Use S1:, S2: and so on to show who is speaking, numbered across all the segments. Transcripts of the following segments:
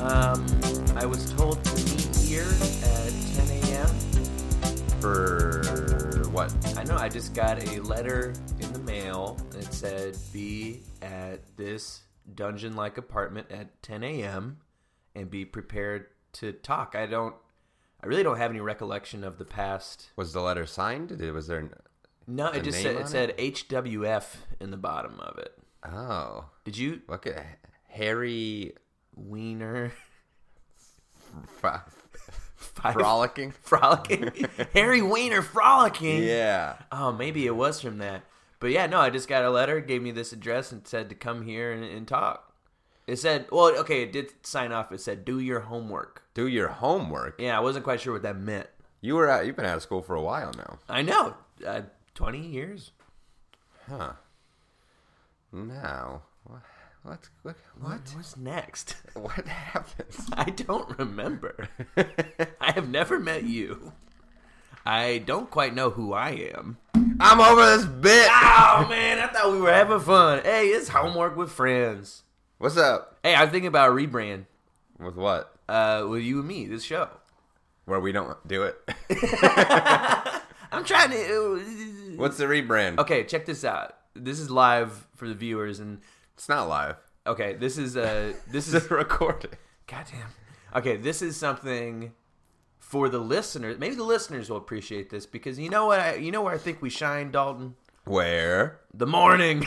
S1: Um, I was told to meet here at 10 a.m.
S2: For what?
S1: I know I just got a letter in the mail that said be at this dungeon like apartment at 10 a.m. and be prepared to talk. I don't, I really don't have any recollection of the past.
S2: Was the letter signed? Did- Was there? An...
S1: No, it
S2: A
S1: just
S2: name
S1: said,
S2: on
S1: it
S2: it?
S1: said HWF in the bottom of it.
S2: Oh,
S1: Did you
S2: look at Harry
S1: wiener
S2: fro-
S1: five,
S2: frolicking.
S1: frolicking Harry Wiener frolicking?
S2: Yeah.
S1: Oh, maybe it was from that. But yeah, no, I just got a letter, gave me this address, and said to come here and, and talk. It said, well, okay, it did sign off. It said, do your homework.
S2: Do your homework.
S1: Yeah, I wasn't quite sure what that meant.
S2: You were out. You've been out of school for a while now,
S1: I know, uh, twenty years.
S2: huh? Now, what? What? What? What,
S1: What's next?
S2: what happens?
S1: I don't remember. I have never met you. I don't quite know who I am.
S2: I'm over this bit.
S1: Oh man, I thought we were having fun. Hey, it's homework with friends.
S2: What's up
S1: Hey, I'm thinking about a rebrand
S2: with what?
S1: uh, with you and me. This show.
S2: Where we don't do it.
S1: I'm trying to. uh,
S2: What's the rebrand?
S1: Okay, check this out. This is live for the viewers, and
S2: It's not live.
S1: okay, this is uh, this
S2: This
S1: is
S2: is recorded.
S1: goddamn. Okay, this is something for the listeners. Maybe the listeners will appreciate this because you know what? I, you know where I think we shine, Dalton.
S2: Where?
S1: The morning.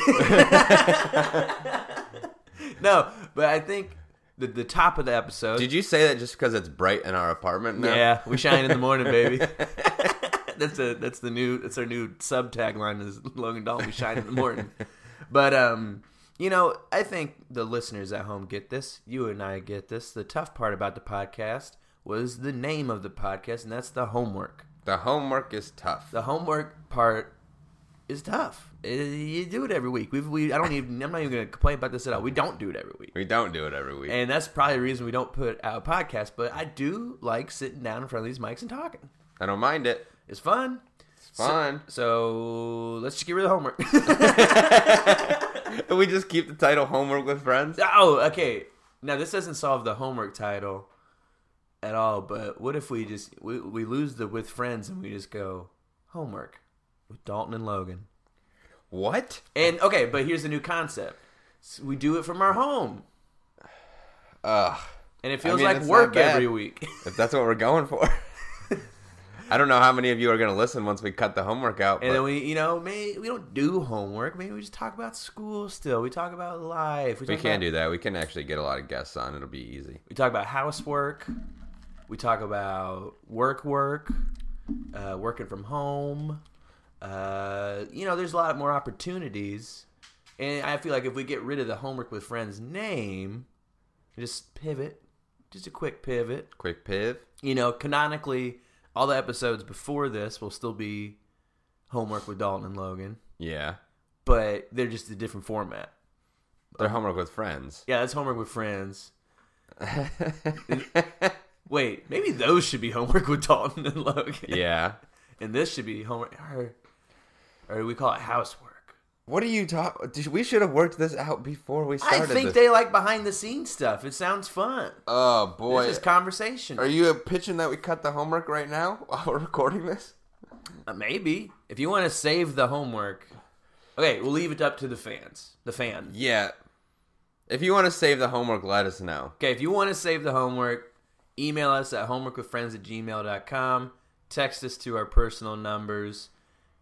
S1: no, but I think the the top of the episode.
S2: Did you say that just because it's bright in our apartment now?
S1: Yeah, we shine in the morning, baby. that's a that's the new that's our new sub tagline is Logan Dalton. We shine in the morning. But um, you know, I think the listeners at home get this. You and I get this. The tough part about the podcast was the name of the podcast, and that's the homework.
S2: The homework is tough.
S1: The homework part is tough. Eh, you do it every week. We've, we I don't even I'm not even going to complain about this at all. We don't do it every week.
S2: We don't do it every week.
S1: And that's probably the reason we don't put out podcasts, but I do like sitting down in front of these mics and talking.
S2: I don't mind it.
S1: It's fun.
S2: It's fun.
S1: So let's just get rid of homework.
S2: we just keep the title homework with friends.
S1: oh, okay. Now this doesn't solve the homework title at all. But what if we just we, we lose the with friends and we just go homework with Dalton and Logan?
S2: What?
S1: And okay, but here's the new concept: So we do it from our home,
S2: Ugh.
S1: and it feels
S2: mean,
S1: like
S2: that's
S1: work
S2: not bad.
S1: every week.
S2: If that's what we're going for. I don't know how many of you are going to listen once we cut the homework out.
S1: And
S2: but
S1: then we, you know, may we don't do homework. Maybe we just talk about school still. We talk about life.
S2: we
S1: talk
S2: can
S1: about-
S2: do that. We can actually get a lot of guests on. It'll be easy.
S1: We talk about housework. We talk about work, work, uh, working from home. Uh, you know, there's a lot more opportunities, and I feel like if we get rid of the homework with friends name, just pivot, just a quick pivot.
S2: Quick piv.
S1: You know, canonically, all the episodes before this will still be homework with Dalton and Logan,
S2: Yeah.
S1: but they're just a different format.
S2: They're homework with friends.
S1: Yeah, that's homework with friends. Wait, maybe those should be homework with Dalton and Logan.
S2: yeah.
S1: And this should be homework, or, or we call it housework.
S2: What are you talking? We should have worked this out before we started.
S1: I think
S2: this.
S1: they like behind the scenes stuff. It sounds fun.
S2: Oh boy.
S1: It's just conversation.
S2: Are you pitching that we cut the homework right now while we're recording this?
S1: Uh, maybe if you want to save the homework. Okay, we'll leave it up to the fans. The fan.
S2: Yeah. If you want to save the homework, let us know.
S1: Okay, if you want to save the homework, email us at homeworkwithfriends at gmail.com. Text us to our personal numbers.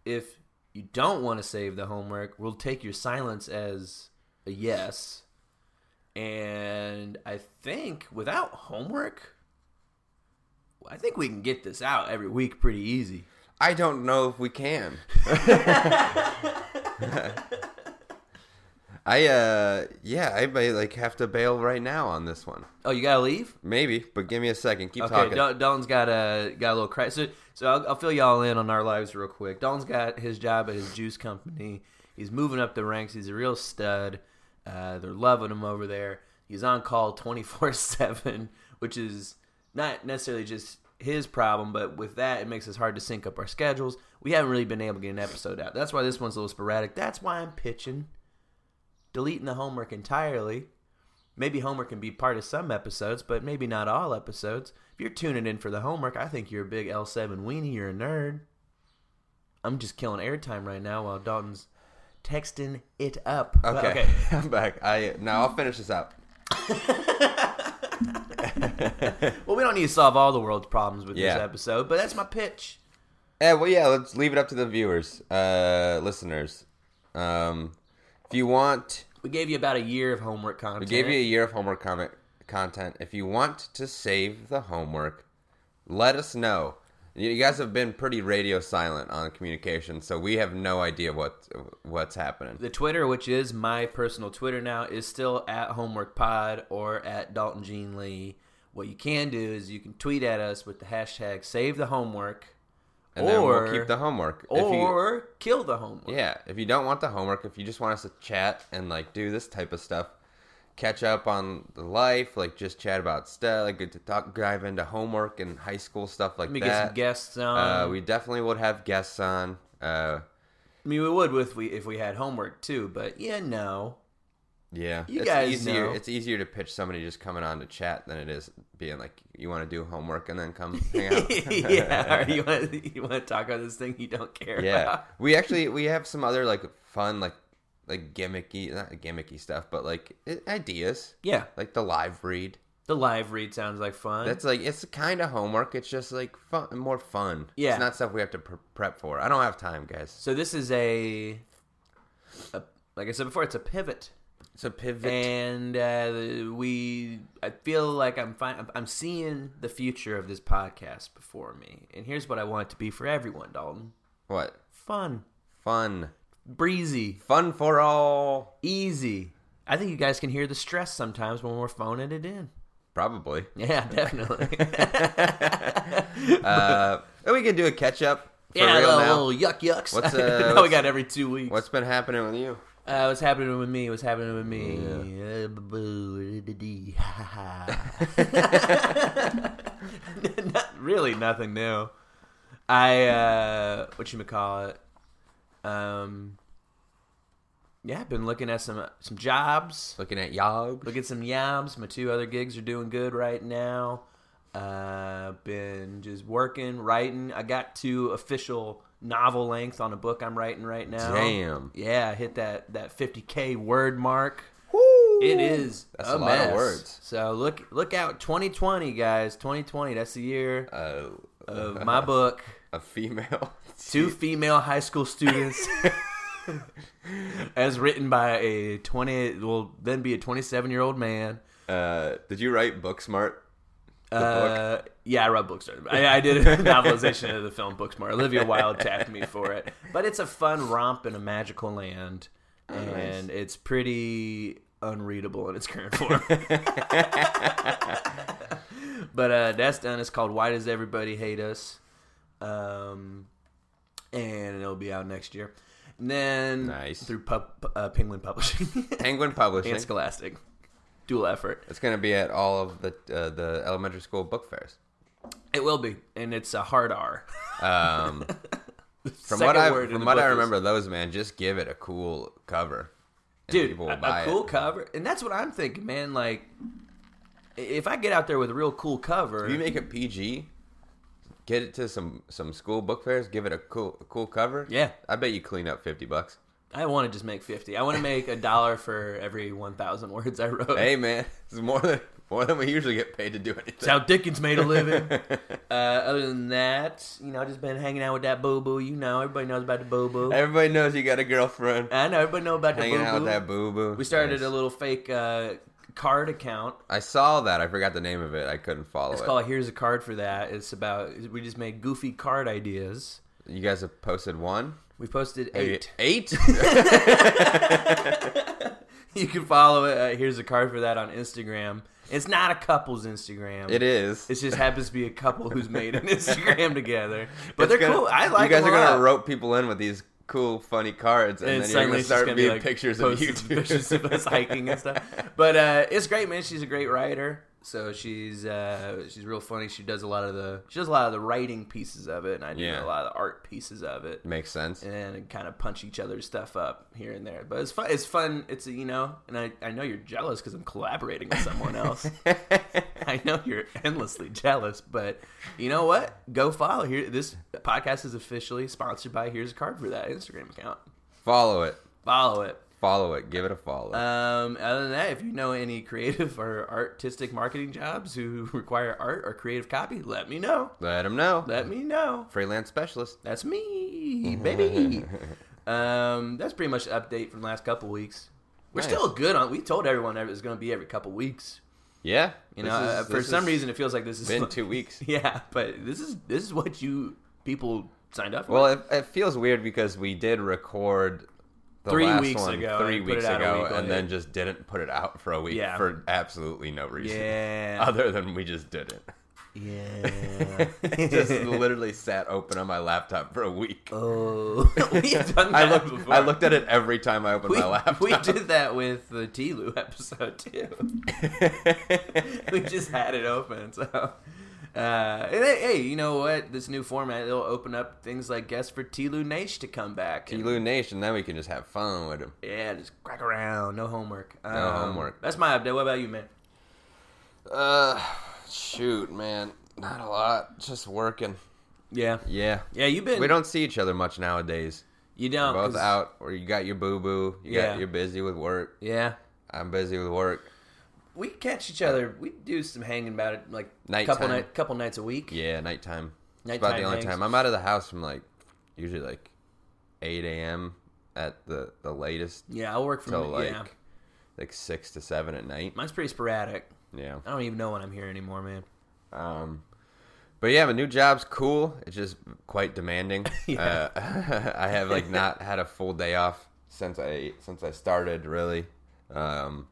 S1: If you don't want to save the homework, we'll take your silence as a yes. And I think without homework, I think we can get this out every week pretty easy.
S2: I don't know if we can. I uh yeah, I may like have to bail right now on this one.
S1: Oh, you gotta leave?
S2: Maybe, but give me a second. Keep
S1: Okay,
S2: talking.
S1: Dal- Dalton's got a got a little crisis. So, so I'll, I'll fill y'all in on our lives real quick. Dalton's got his job at his juice company. He's moving up the ranks. He's a real stud. Uh, they're loving him over there. He's on call twenty four seven, which is not necessarily just his problem, but with that, it makes it hard to sync up our schedules. We haven't really been able to get an episode out. That's why this one's a little sporadic. That's why I'm pitching deleting the homework entirely Maybe homework can be part of some episodes, but maybe not all episodes. If you're tuning in for the homework, I think you're a big L7 weenie. You're a nerd. I'm just killing airtime right now while Dalton's texting it up. But,
S2: Okay, I'm back. I now I'll finish this out.
S1: Well, we don't need to solve all the world's problems with
S2: Yeah.
S1: this episode, but that's my pitch.
S2: Yeah, Eh, well, yeah. Let's leave it up to the viewers, uh, listeners. Um, if you want,
S1: We gave you about a year of homework content.
S2: we gave you a year of homework comment content. If you want to save the homework, let us know. You guys have been pretty radio silent on communication, so we have no idea what what's happening.
S1: the Twitter, which is my personal Twitter now, is still at Homework Pod or at Dalton Jean Lee. What you can do is you can tweet at us with the hashtag Save the Homework,
S2: And
S1: or
S2: then we'll keep the homework. if you,
S1: or Kill the Homework.
S2: Yeah, if you don't want the homework, if you just want us to chat and like do this type of stuff, catch up on the life, like just chat about stuff, like good to talk, dive into homework and high school stuff like
S1: Let me get
S2: that.
S1: some guests on.
S2: uh, we definitely would have guests on. Uh,
S1: I mean, we would with we if we had homework too, but yeah, no.
S2: yeah,
S1: You
S2: it's
S1: guys
S2: easier.
S1: know.
S2: It's easier to pitch somebody just coming on to chat than it is being like you want to do homework and then come hang out.
S1: yeah, or you want you want to talk about this thing you don't care
S2: yeah
S1: about.
S2: we actually we have some other like fun like like gimmicky not gimmicky stuff but like i- ideas
S1: Yeah,
S2: like the live read
S1: the live read sounds like fun.
S2: that's like it's kind of homework it's just like fun more fun
S1: Yeah.
S2: it's not stuff we have to pre- prep for i don't have time guys
S1: so this is a, a like I said before, it's a pivot
S2: it's a pivot
S1: and uh, we i feel like i'm fine I'm, I'm seeing the future of this podcast before me and here's what i want it to be for everyone dalton
S2: what
S1: fun
S2: fun
S1: breezy
S2: fun for all
S1: easy i think you guys can hear the stress sometimes when we're phoning it in
S2: probably
S1: yeah definitely
S2: uh and we can do a catch up for
S1: yeah
S2: real
S1: little,
S2: now
S1: little yuck yucks
S2: What's, uh,
S1: now we got every two weeks
S2: what's been happening with you
S1: uh, what's happening with me what's happening with me Uh, boo, da, da, dee, ha, ha. Not- really nothing new I uh what you call it? Um Yeah, I've been looking at some some jobs.
S2: looking at yog
S1: Look at some yams. My two other gigs are doing good right now. Uh been just working, writing. I got to official novel length on a book I'm writing right now.
S2: Damn.
S1: Yeah, I hit that that 50k word mark. It is
S2: That's
S1: a,
S2: a lot of
S1: mess.
S2: words.
S1: So look look out 2020 guys. 2020 that's the year
S2: uh,
S1: of my book.
S2: a female
S1: Two female high school students, as written by a twenty, will then be a twenty-seven-year-old man.
S2: Uh, did you write Booksmart? The
S1: Uh, yeah, I wrote Booksmart. I, I did a novelization of the film Booksmart. Olivia Wilde tapped me for it, but it's a fun romp in a magical land,
S2: Oh,
S1: and it's pretty unreadable in its current form. but uh, that's done. It's called "Why Does Everybody Hate Us," um, and it'll be out next year. And then
S2: Nice.
S1: through Pup, uh, Penguin Publishing
S2: Penguin Publishing.
S1: and Scholastic, dual effort.
S2: It's going to be at all of the uh, the elementary school book fairs.
S1: It will be, and it's a hard R.
S2: Um, from
S1: Second
S2: what I
S1: word in
S2: from
S1: the
S2: what I
S1: book is-
S2: remember, those man just give it a cool cover, and
S1: dude,
S2: people
S1: a,
S2: will
S1: a
S2: buy
S1: cool
S2: it.
S1: cover, and that's what I'm thinking, man. Like, i- if I get out there with a real cool cover,
S2: If you make it PG, get it to some some school book fairs. Give it a cool a cool cover.
S1: Yeah.
S2: I bet you clean up fifty bucks.
S1: I want to just make fifty. I want to make a dollar for every one thousand words I wrote.
S2: Hey man, it's more than more than we usually get paid to do
S1: That's
S2: anything.
S1: how Dickens made a living. uh, other than that, you know, just been hanging out with that boo boo. You know, everybody knows about the boo boo.
S2: Everybody knows you got a girlfriend.
S1: I know everybody know about the
S2: Hanging out
S1: boo
S2: with
S1: boo.
S2: that boo boo.
S1: We started a little fake uh, card account.
S2: I saw that. I forgot the name of it. I couldn't follow
S1: It's
S2: it.
S1: called "Here's a Card" for that. It's about we just made goofy card ideas.
S2: You guys have posted one?
S1: We posted
S2: Maybe
S1: eight.
S2: Eight?
S1: You can follow it. Uh, here's a card for that on Instagram. It's not a couple's Instagram.
S2: it is.
S1: It just happens to be a couple who's made an Instagram together. But they're
S2: It's gonna-
S1: cool. I like
S2: You guys
S1: them
S2: are
S1: a
S2: going
S1: lot.
S2: to rope people in with these cool, funny cards, and,
S1: And
S2: then
S1: suddenly
S2: you're going to
S1: it's just
S2: start
S1: gonna be,
S2: being
S1: like,
S2: pictures of
S1: posted
S2: YouTube.
S1: pictures of us hiking and stuff. But uh, it's great, man. She's a great writer. So she's uh, she's real funny. She does a lot of the she does a lot of the writing pieces of it, and I do
S2: Yeah.
S1: a lot of the art pieces of it,
S2: Makes sense.
S1: and then kind of punch each other's stuff up here and there. But it's fun. It's fun. It's you know, and I I know you're jealous because I'm collaborating with someone else. I know you're endlessly jealous, but you know what? Go follow here. This podcast is officially sponsored by Here's a Card for that Instagram account.
S2: follow it.
S1: Follow it.
S2: Follow it. Give it a follow.
S1: Um, other than that, if you know any creative or artistic marketing jobs who require art or creative copy, let me know.
S2: Let him know.
S1: Let me know.
S2: Freelance specialist.
S1: That's me, baby. um, that's pretty much the update from the last couple weeks. We're
S2: Nice.
S1: still good on. We told everyone it was going to be every couple weeks.
S2: Yeah.
S1: You
S2: this
S1: know,
S2: is-
S1: uh, for
S2: this
S1: some
S2: has
S1: reason, it feels like this is
S2: been two weeks.
S1: Yeah, but this is this is what you people signed up for.
S2: Well, it, it feels weird because we did record the
S1: Three
S2: last
S1: weeks
S2: one
S1: ago
S2: three
S1: and put it
S2: weeks
S1: out a
S2: ago,
S1: week
S2: and then
S1: later.
S2: just didn't put it out for a week
S1: Yeah.
S2: for absolutely no reason.
S1: yeah,
S2: Other than we just didn't.
S1: yeah.
S2: just literally sat open on my laptop for a week.
S1: Oh, we have done that
S2: I looked.
S1: before.
S2: I looked at it every time I opened
S1: we,
S2: my laptop.
S1: we did that with the T Lou episode too. we just had it open, so. Uh, and hey, hey, you know what? This new format it'll open up things like guests for T Lou Nash to come back. and-
S2: Illumination. Then we can just have fun with him.
S1: yeah, just crack around, no homework. No
S2: homework.
S1: That's my update. What about you, man?
S2: Uh, shoot, man, not a lot. Just working.
S1: Yeah,
S2: Yeah,
S1: yeah, you've been.
S2: we don't see each other much nowadays.
S1: You don't.
S2: Both
S1: 'cause-
S2: out, or you got your boo boo. You
S1: Yeah.
S2: got you're busy with work.
S1: Yeah,
S2: I'm busy with work.
S1: we catch each other. We do some hanging about it, like a
S2: Nighttime.
S1: couple night, couple nights a week.
S2: Yeah, nighttime. It's about
S1: Nighttime
S2: the only
S1: hangs.
S2: time I'm out of the house from like usually like eight a.m. at the the latest
S1: Yeah, I'll work from
S2: till like
S1: yeah.
S2: like six to seven at night.
S1: Mine's pretty sporadic.
S2: Yeah.
S1: I don't even know when I'm here anymore, man.
S2: Um, but yeah, my new job's cool. It's just quite demanding.
S1: Yeah.
S2: uh, I have like not had a full day off since I since I started. Really, um,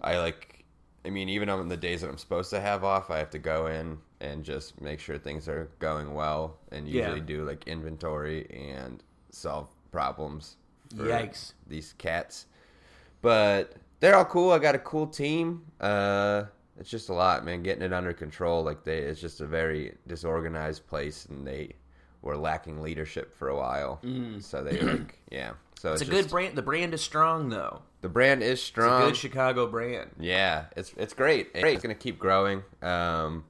S2: I like. I mean, even on the days that I'm supposed to have off, I have to go in and just make sure things are going well, and
S1: Yeah.
S2: usually do like inventory and solve problems.
S1: Yikes.
S2: These cats but they're all cool. I got a cool team. Uh, it's just a lot, man. Getting it under control, like they, it's just a very disorganized place, and they were lacking leadership for a while. So they, like, yeah. So
S1: Mm. It's,
S2: it's,
S1: a
S2: just,
S1: good brand. The brand is strong, though.
S2: The brand is
S1: It's
S2: strong.
S1: a good Chicago brand.
S2: Yeah, it's it's great. Great. It's gonna keep growing. Um,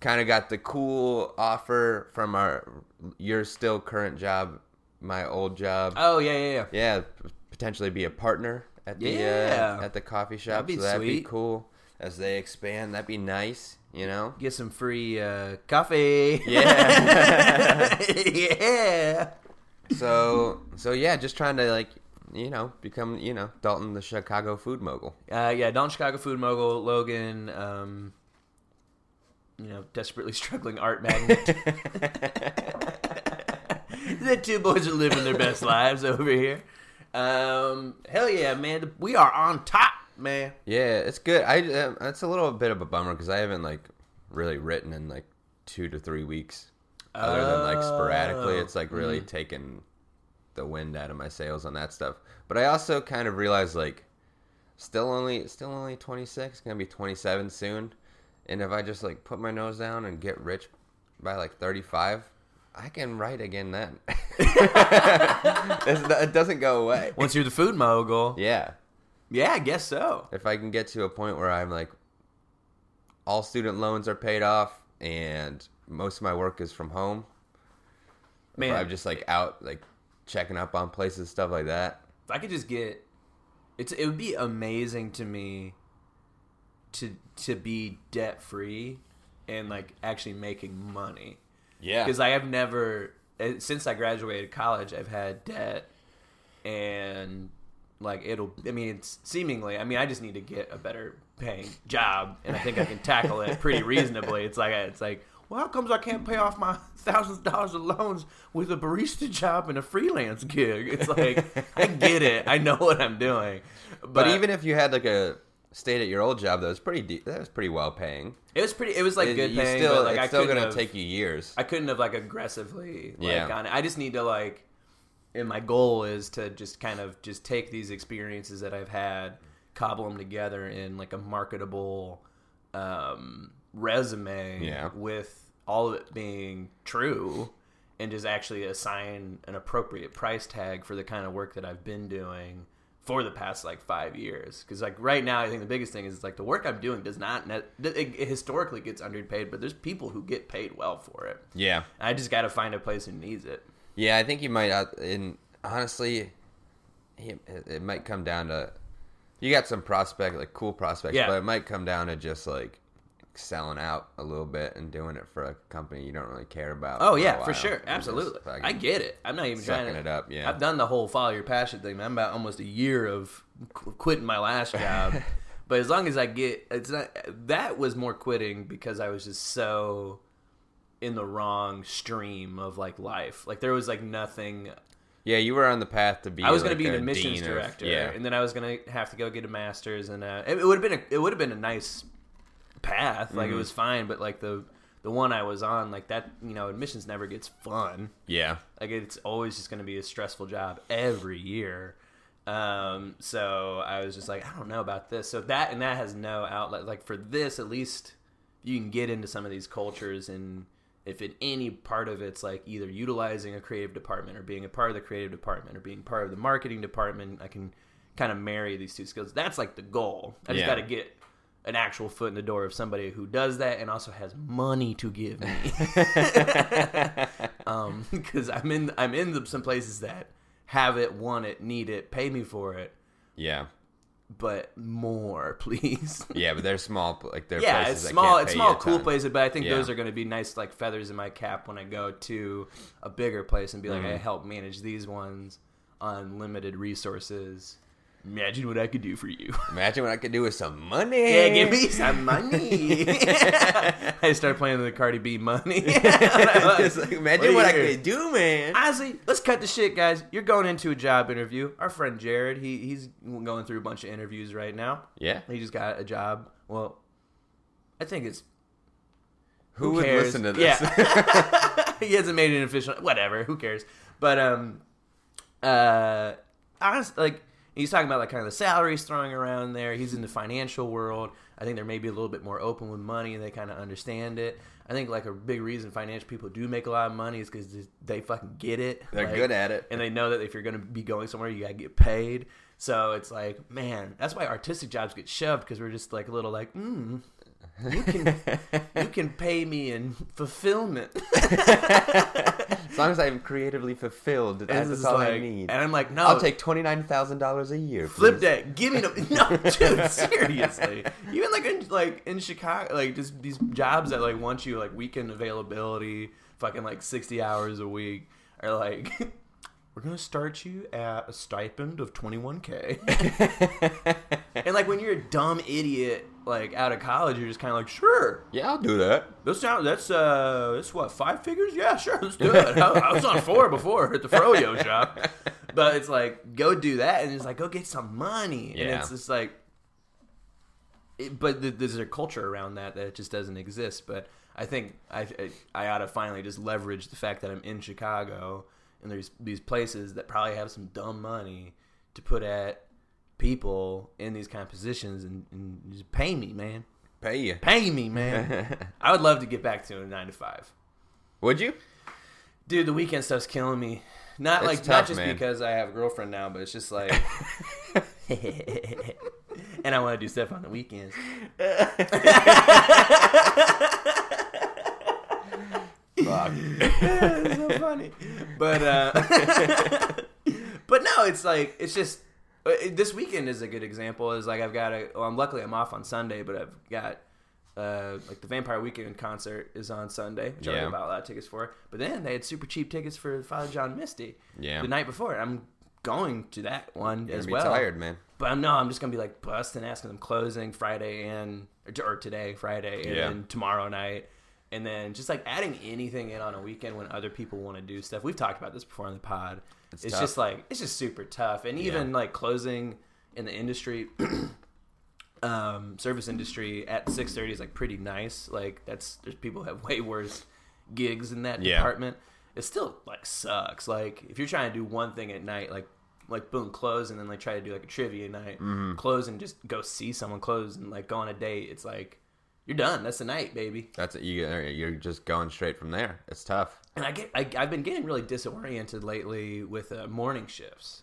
S2: kind of got the cool offer from our your still current job, my old job.
S1: Oh yeah, yeah, yeah.
S2: Yeah, p- potentially be a partner at the
S1: Yeah.
S2: uh, at the coffee shop.
S1: That'd be
S2: so that'd be
S1: sweet.
S2: cool as they expand. That'd be nice, you know.
S1: Get some free uh, coffee.
S2: Yeah.
S1: yeah.
S2: So so yeah, just trying to like you know become you know Dalton the Chicago food mogul.
S1: Uh, yeah, Don Chicago Food Mogul, Logan, um, you know, desperately struggling art magnet. the two boys are living their best lives over here. Um, hell yeah, man. We are on top, man.
S2: Yeah, it's good. I uh, it's a little bit of a bummer because I haven't like really written in like two to three weeks, other than like sporadically.
S1: Oh.
S2: It's like really taken the wind out of my sails on that stuff. But I also kind of realized like still only still only twenty six, gonna be twenty seven soon, and if I just like put my nose down and get rich by like thirty five. I can write again then. It's- it doesn't go away.
S1: Once you're the food mogul.
S2: Yeah
S1: Yeah, I guess so.
S2: if I can get to a point where I'm like, all student loans are paid off and most of my work is from home,
S1: Man,
S2: if I'm just like out, like checking up on places, stuff like that.
S1: if I could just get it's it would be amazing to me to to be debt free and like actually making money
S2: Yeah.
S1: because I have never eh, since I graduated college I've had debt and like it'll I mean it's seemingly I mean I just need to get a better paying job and I think I can tackle it pretty reasonably it's like it's like well how comes I can't pay off my thousands of dollars of loans with a barista job and a freelance gig it's like I get it I know what I'm doing but,
S2: but even if you had like a stayed at your old job, that was pretty de- that was pretty well paying.
S1: it was pretty it was like
S2: It-
S1: good
S2: you
S1: paying
S2: still,
S1: but like
S2: it's
S1: I
S2: still
S1: couldn't
S2: gonna
S1: have-
S2: take you years.
S1: I couldn't have like aggressively like
S2: Yeah.
S1: gone. I just need to like and my goal is to just kind of just take these experiences that I've had, cobble them together in like a marketable um, resume
S2: Yeah.
S1: with all of it being true and just actually assign an appropriate price tag for the kind of work that I've been doing for the past like five years. Because like right now, I think the biggest thing is like the work I'm doing does not net, it, it historically gets underpaid, but there's people who get paid well for it.
S2: Yeah.
S1: I just got to find a place who needs it.
S2: Yeah, I think you might. out- And honestly, it, it might come down to you got some prospect, like cool prospects,
S1: Yeah.
S2: but it might come down to just like selling out a little bit and doing it for a company you don't really care about.
S1: Oh
S2: a
S1: yeah,
S2: while.
S1: for sure,
S2: And just
S1: absolutely.
S2: fucking
S1: I get it. I'm not even trying
S2: sucking
S1: to.
S2: it up. Yeah,
S1: I've done the whole follow your passion thing. man. I'm about almost a year of qu- quitting my last job, but as long as I get, it's not that was more quitting because I was just so in the wrong stream of like life. Like there was like nothing.
S2: yeah. You were on the path to be.
S1: I was going
S2: like,
S1: to be
S2: a
S1: the missions
S2: dean of-
S1: director,
S2: yeah,
S1: and then I was going to have to go get a master's, and uh, it, it would have been a, it would have been a nice path. Like
S2: Mm-hmm.
S1: it was fine, but like the the one I was on, like that, you know, admissions never gets fun.
S2: yeah.
S1: Like it's always just going to be a stressful job every year. Um, so I was just like, I don't know about this. So that and that has no outlet. Like for this, at least you can get into some of these cultures, and if in any part of it's like either utilizing a creative department or being a part of the creative department or being part of the marketing department, I can kind of marry these two skills. That's like the goal. I just
S2: Yeah.
S1: got to get an actual foot in the door of somebody who does that and also has money to give me. um because i'm in i'm in the, some places that have it want it need it pay me for it
S2: Yeah,
S1: but more please
S2: yeah, but they're small, like they're
S1: yeah
S2: places
S1: it's
S2: that
S1: small
S2: can't
S1: it's
S2: pay you
S1: small
S2: a
S1: cool
S2: ton.
S1: places but i think
S2: Yeah.
S1: those are going to be nice like feathers in my cap when i go to a bigger place and be like
S2: Mm-hmm.
S1: i help manage these ones on limited resources imagine what i could do for you
S2: Imagine what I could do with some money.
S1: yeah give me some money i start playing the cardi b money
S2: It's like, imagine
S1: Wait
S2: what I
S1: here.
S2: could do, man.
S1: Honestly, let's cut the shit, guys. You're going into a job interview. Our friend Jared, he he's going through a bunch of interviews right now.
S2: Yeah.
S1: He just got a job. Well, I think it's
S2: Who,
S1: who
S2: would
S1: cares?
S2: listen to this?
S1: he hasn't made it official. Whatever. Who cares? But um, uh, honest, like he's talking about like kind of the salaries throwing around there. He's in the financial world. I think they're maybe a little bit more open with money. and They kind of understand it. I think like a big reason financial people do make a lot of money is because they fucking get it.
S2: They're
S1: Like,
S2: good at it.
S1: and they know that if you're going to be going somewhere, you got to get paid. So it's like, man, that's why artistic jobs get shoved because we're just like a little like, mm, you can you can pay me in fulfillment.
S2: As long as I'm creatively fulfilled,
S1: And
S2: that's
S1: it's
S2: all I
S1: like-
S2: need.
S1: And I'm like, no,
S2: I'll take twenty nine thousand dollars a year.
S1: flip
S2: please.
S1: that. Give me the no, dude. Seriously, even like in like in Chicago, like just these jobs that like want you like weekend availability, fucking like sixty hours a week, are like. We're gonna start you at a stipend of twenty one k, and like when you're a dumb idiot like out of college, you're just kind of like, sure,
S2: yeah, I'll do that.
S1: This sound that's uh that's what five figures? Yeah, sure, let's do it. I, I was on four before at the Froyo shop, but it's like go do that, and it's like go get some money, and
S2: Yeah.
S1: it's just like. It, but th- there's a culture around that that just doesn't exist. But I think I I ought to finally just leverage the fact that I'm in Chicago and there's these places that probably have some dumb money to put at people in these kind of positions and, and just pay me, man,
S2: Pay you.
S1: pay me, man. I would love to get back to a nine to five.
S2: Would you?
S1: Dude, the weekend stuff's killing me. Not
S2: It's
S1: like
S2: tough,
S1: not just
S2: man.
S1: because I have a girlfriend now, but it's just like and I want to do stuff on the weekends.
S2: Fuck.
S1: It's so funny. But uh But no, it's like it's just uh, it- this weekend is a good example. Is like I've got a. Well, I'm luckily I'm off on Sunday, but I've got uh, like the Vampire Weekend concert is on Sunday, which I
S2: Yeah.
S1: already bought a lot of tickets for. But then they had super cheap tickets for Father John Misty
S2: Yeah.
S1: the night before. and I'm going to that one
S2: You're
S1: as
S2: gonna be
S1: well.
S2: tired, man.
S1: But I'm no, I'm just gonna be like busting asking them closing Friday and or, t- or today Friday and
S2: Yeah.
S1: then tomorrow night, and then just like adding anything in on a weekend when other people want to do stuff. We've talked about this before on the pod. It's,
S2: tough.
S1: just like it's just super tough, and even like closing in the industry, um, service industry at six thirty is like pretty nice. Like that's there's people who have way worse gigs in that
S2: Yeah.
S1: department. It still like sucks. Like if you're trying to do one thing at night, like like boom close and then like try to do like a trivia night, close and just go see someone close and like go on a date. It's like You're done. That's the night, baby.
S2: That's it. You, you're just going straight from there. It's tough.
S1: And I get, I, I've been getting really disoriented lately with uh, morning shifts.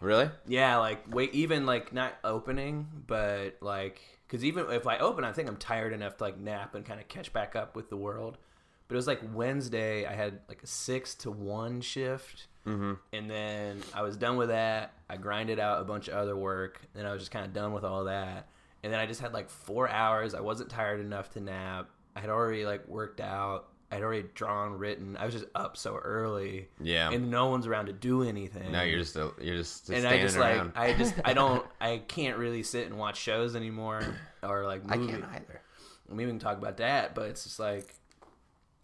S2: Really?
S1: Yeah, like wait, even like not opening, but like because even if I open, I think I'm tired enough to like nap and kind of catch back up with the world. But it was like Wednesday, I had like a six to one shift, mm-hmm. and then I was done with that. I grinded out a bunch of other work, and I was just kind of done with all that. And then I just had like four hours. I wasn't tired enough to nap. I had already like worked out. I'd already drawn, written. I was just up so early,
S2: Yeah.
S1: and no one's around to do anything.
S2: no, you're just a, you're just
S1: Mm-hmm. and
S2: standing
S1: I just
S2: around.
S1: like I just I don't I can't really sit and watch shows anymore or like
S2: I
S1: movies.
S2: can't either.
S1: Maybe we can talk about that, but it's just like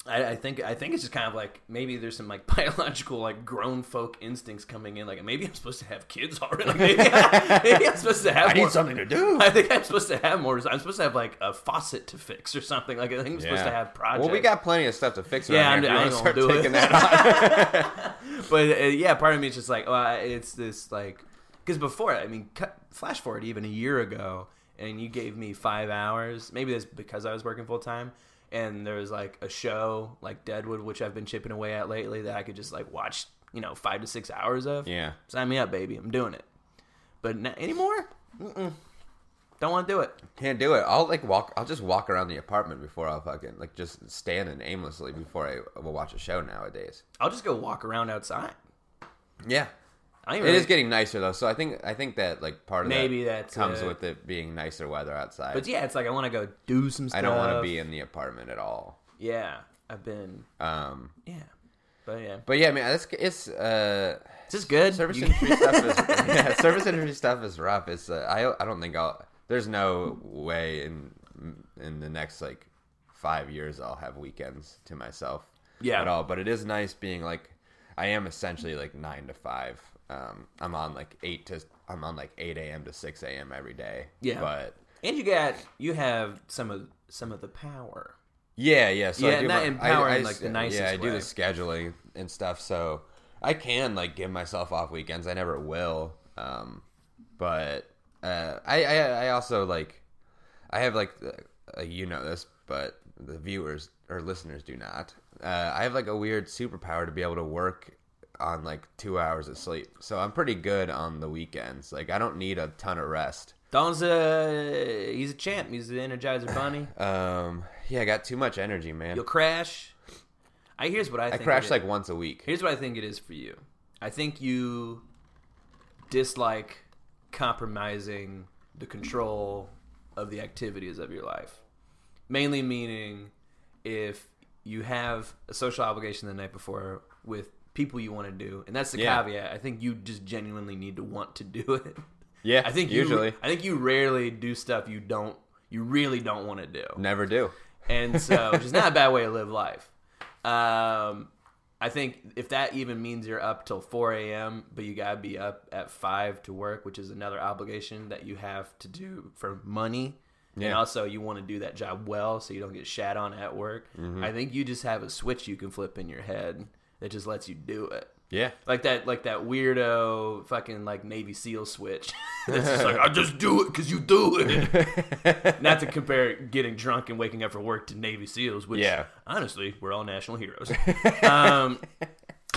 S1: I, I think I think it's just kind of like maybe there's some like biological like grown folk instincts coming in. Like maybe I'm supposed to have kids already. Like, maybe, I, maybe I'm supposed to have.
S2: I need
S1: more-
S2: something to do.
S1: I think I'm supposed to have more. I'm supposed to have like a faucet to fix or something. Like I think I'm supposed to have projects.
S2: Well, we got plenty of stuff to fix.
S1: Yeah, I'm,
S2: around here
S1: I
S2: if
S1: ain't
S2: you
S1: gonna
S2: want to
S1: do
S2: start
S1: it.
S2: taking that on.
S1: but uh, yeah, part of me is just like, oh, I- it's this like, because before, I mean, cut, flash forward even a year ago, and you gave me five hours. Maybe that's because I was working full time, and there was like a show like Deadwood, which I've been chipping away at lately, that I could just like watch, you know, five to six hours of.
S2: Yeah.
S1: Sign me up, baby. I'm doing it. But not anymore, Mm-mm. don't want to do it.
S2: Can't do it. I'll like walk. I'll just walk around the apartment before I'll fucking like just standing aimlessly before I will watch a show nowadays.
S1: I'll just go walk around outside.
S2: Yeah,
S1: I ain't
S2: it
S1: really-
S2: is getting nicer though, so I think I think that like part of
S1: Maybe
S2: that
S1: that's
S2: comes
S1: it.
S2: with it being nicer weather outside.
S1: But yeah, it's like I want to go do some stuff.
S2: I don't want to be in the apartment at all.
S1: Yeah, I've been.
S2: Um,
S1: Yeah, but yeah.
S2: but yeah, man, it's it's uh,
S1: Is this good?
S2: service
S1: You-
S2: industry stuff is yeah, service industry stuff is rough. It's uh, I I don't think I'll there's no way in in the next like five years I'll have weekends to myself
S1: Yeah.
S2: at all. But it is nice being like I am essentially like nine to five. Um, I'm on like eight to I'm on like eight a.m. to six a.m. every day.
S1: Yeah.
S2: but
S1: and you got you have some of some of the power.
S2: Yeah, yeah. So
S1: Yeah,
S2: I do
S1: not
S2: my,
S1: empowering,
S2: I, I,
S1: like, the
S2: yeah,
S1: nicest
S2: Yeah, I do the
S1: way.
S2: scheduling and stuff, so I can like give myself off weekends. I never will, um, but uh, I, I I also like I have like uh, you know this, but the viewers or listeners do not. Uh, I have like a weird superpower to be able to work on like two hours of sleep, so I'm pretty good on the weekends. Like I don't need a ton of rest.
S1: Don's a he's a champ. He's the Energizer Bunny.
S2: Um, yeah, I got too much energy, man.
S1: You'll crash. I here's what I,
S2: I
S1: think it
S2: crash
S1: is.
S2: like once a week.
S1: here's what I think it is for you. I think you dislike compromising the control of the activities of your life. Mainly meaning if you have a social obligation the night before with people you want to do, and that's the
S2: Yeah.
S1: caveat. I think you just genuinely need to want to do it.
S2: Yeah,
S1: I think you-
S2: usually.
S1: I think you rarely do stuff you don't you really don't want to do
S2: Never do.
S1: and so which is not a bad way to live life. Um, I think if that even means you're up till 4 a.m., but you gotta be up at five to work, which is another obligation that you have to do for money. And
S2: Yeah.
S1: also, you want to do that job well so you don't get shat on at work. I think you just have a switch you can flip in your head that just lets you do it.
S2: Yeah.
S1: Like that, like that weirdo fucking like Navy SEAL switch. That's just like I just do it because you do it. Not to compare getting drunk and waking up for work to Navy SEALs, which
S2: Yeah.
S1: honestly we're all national heroes. um,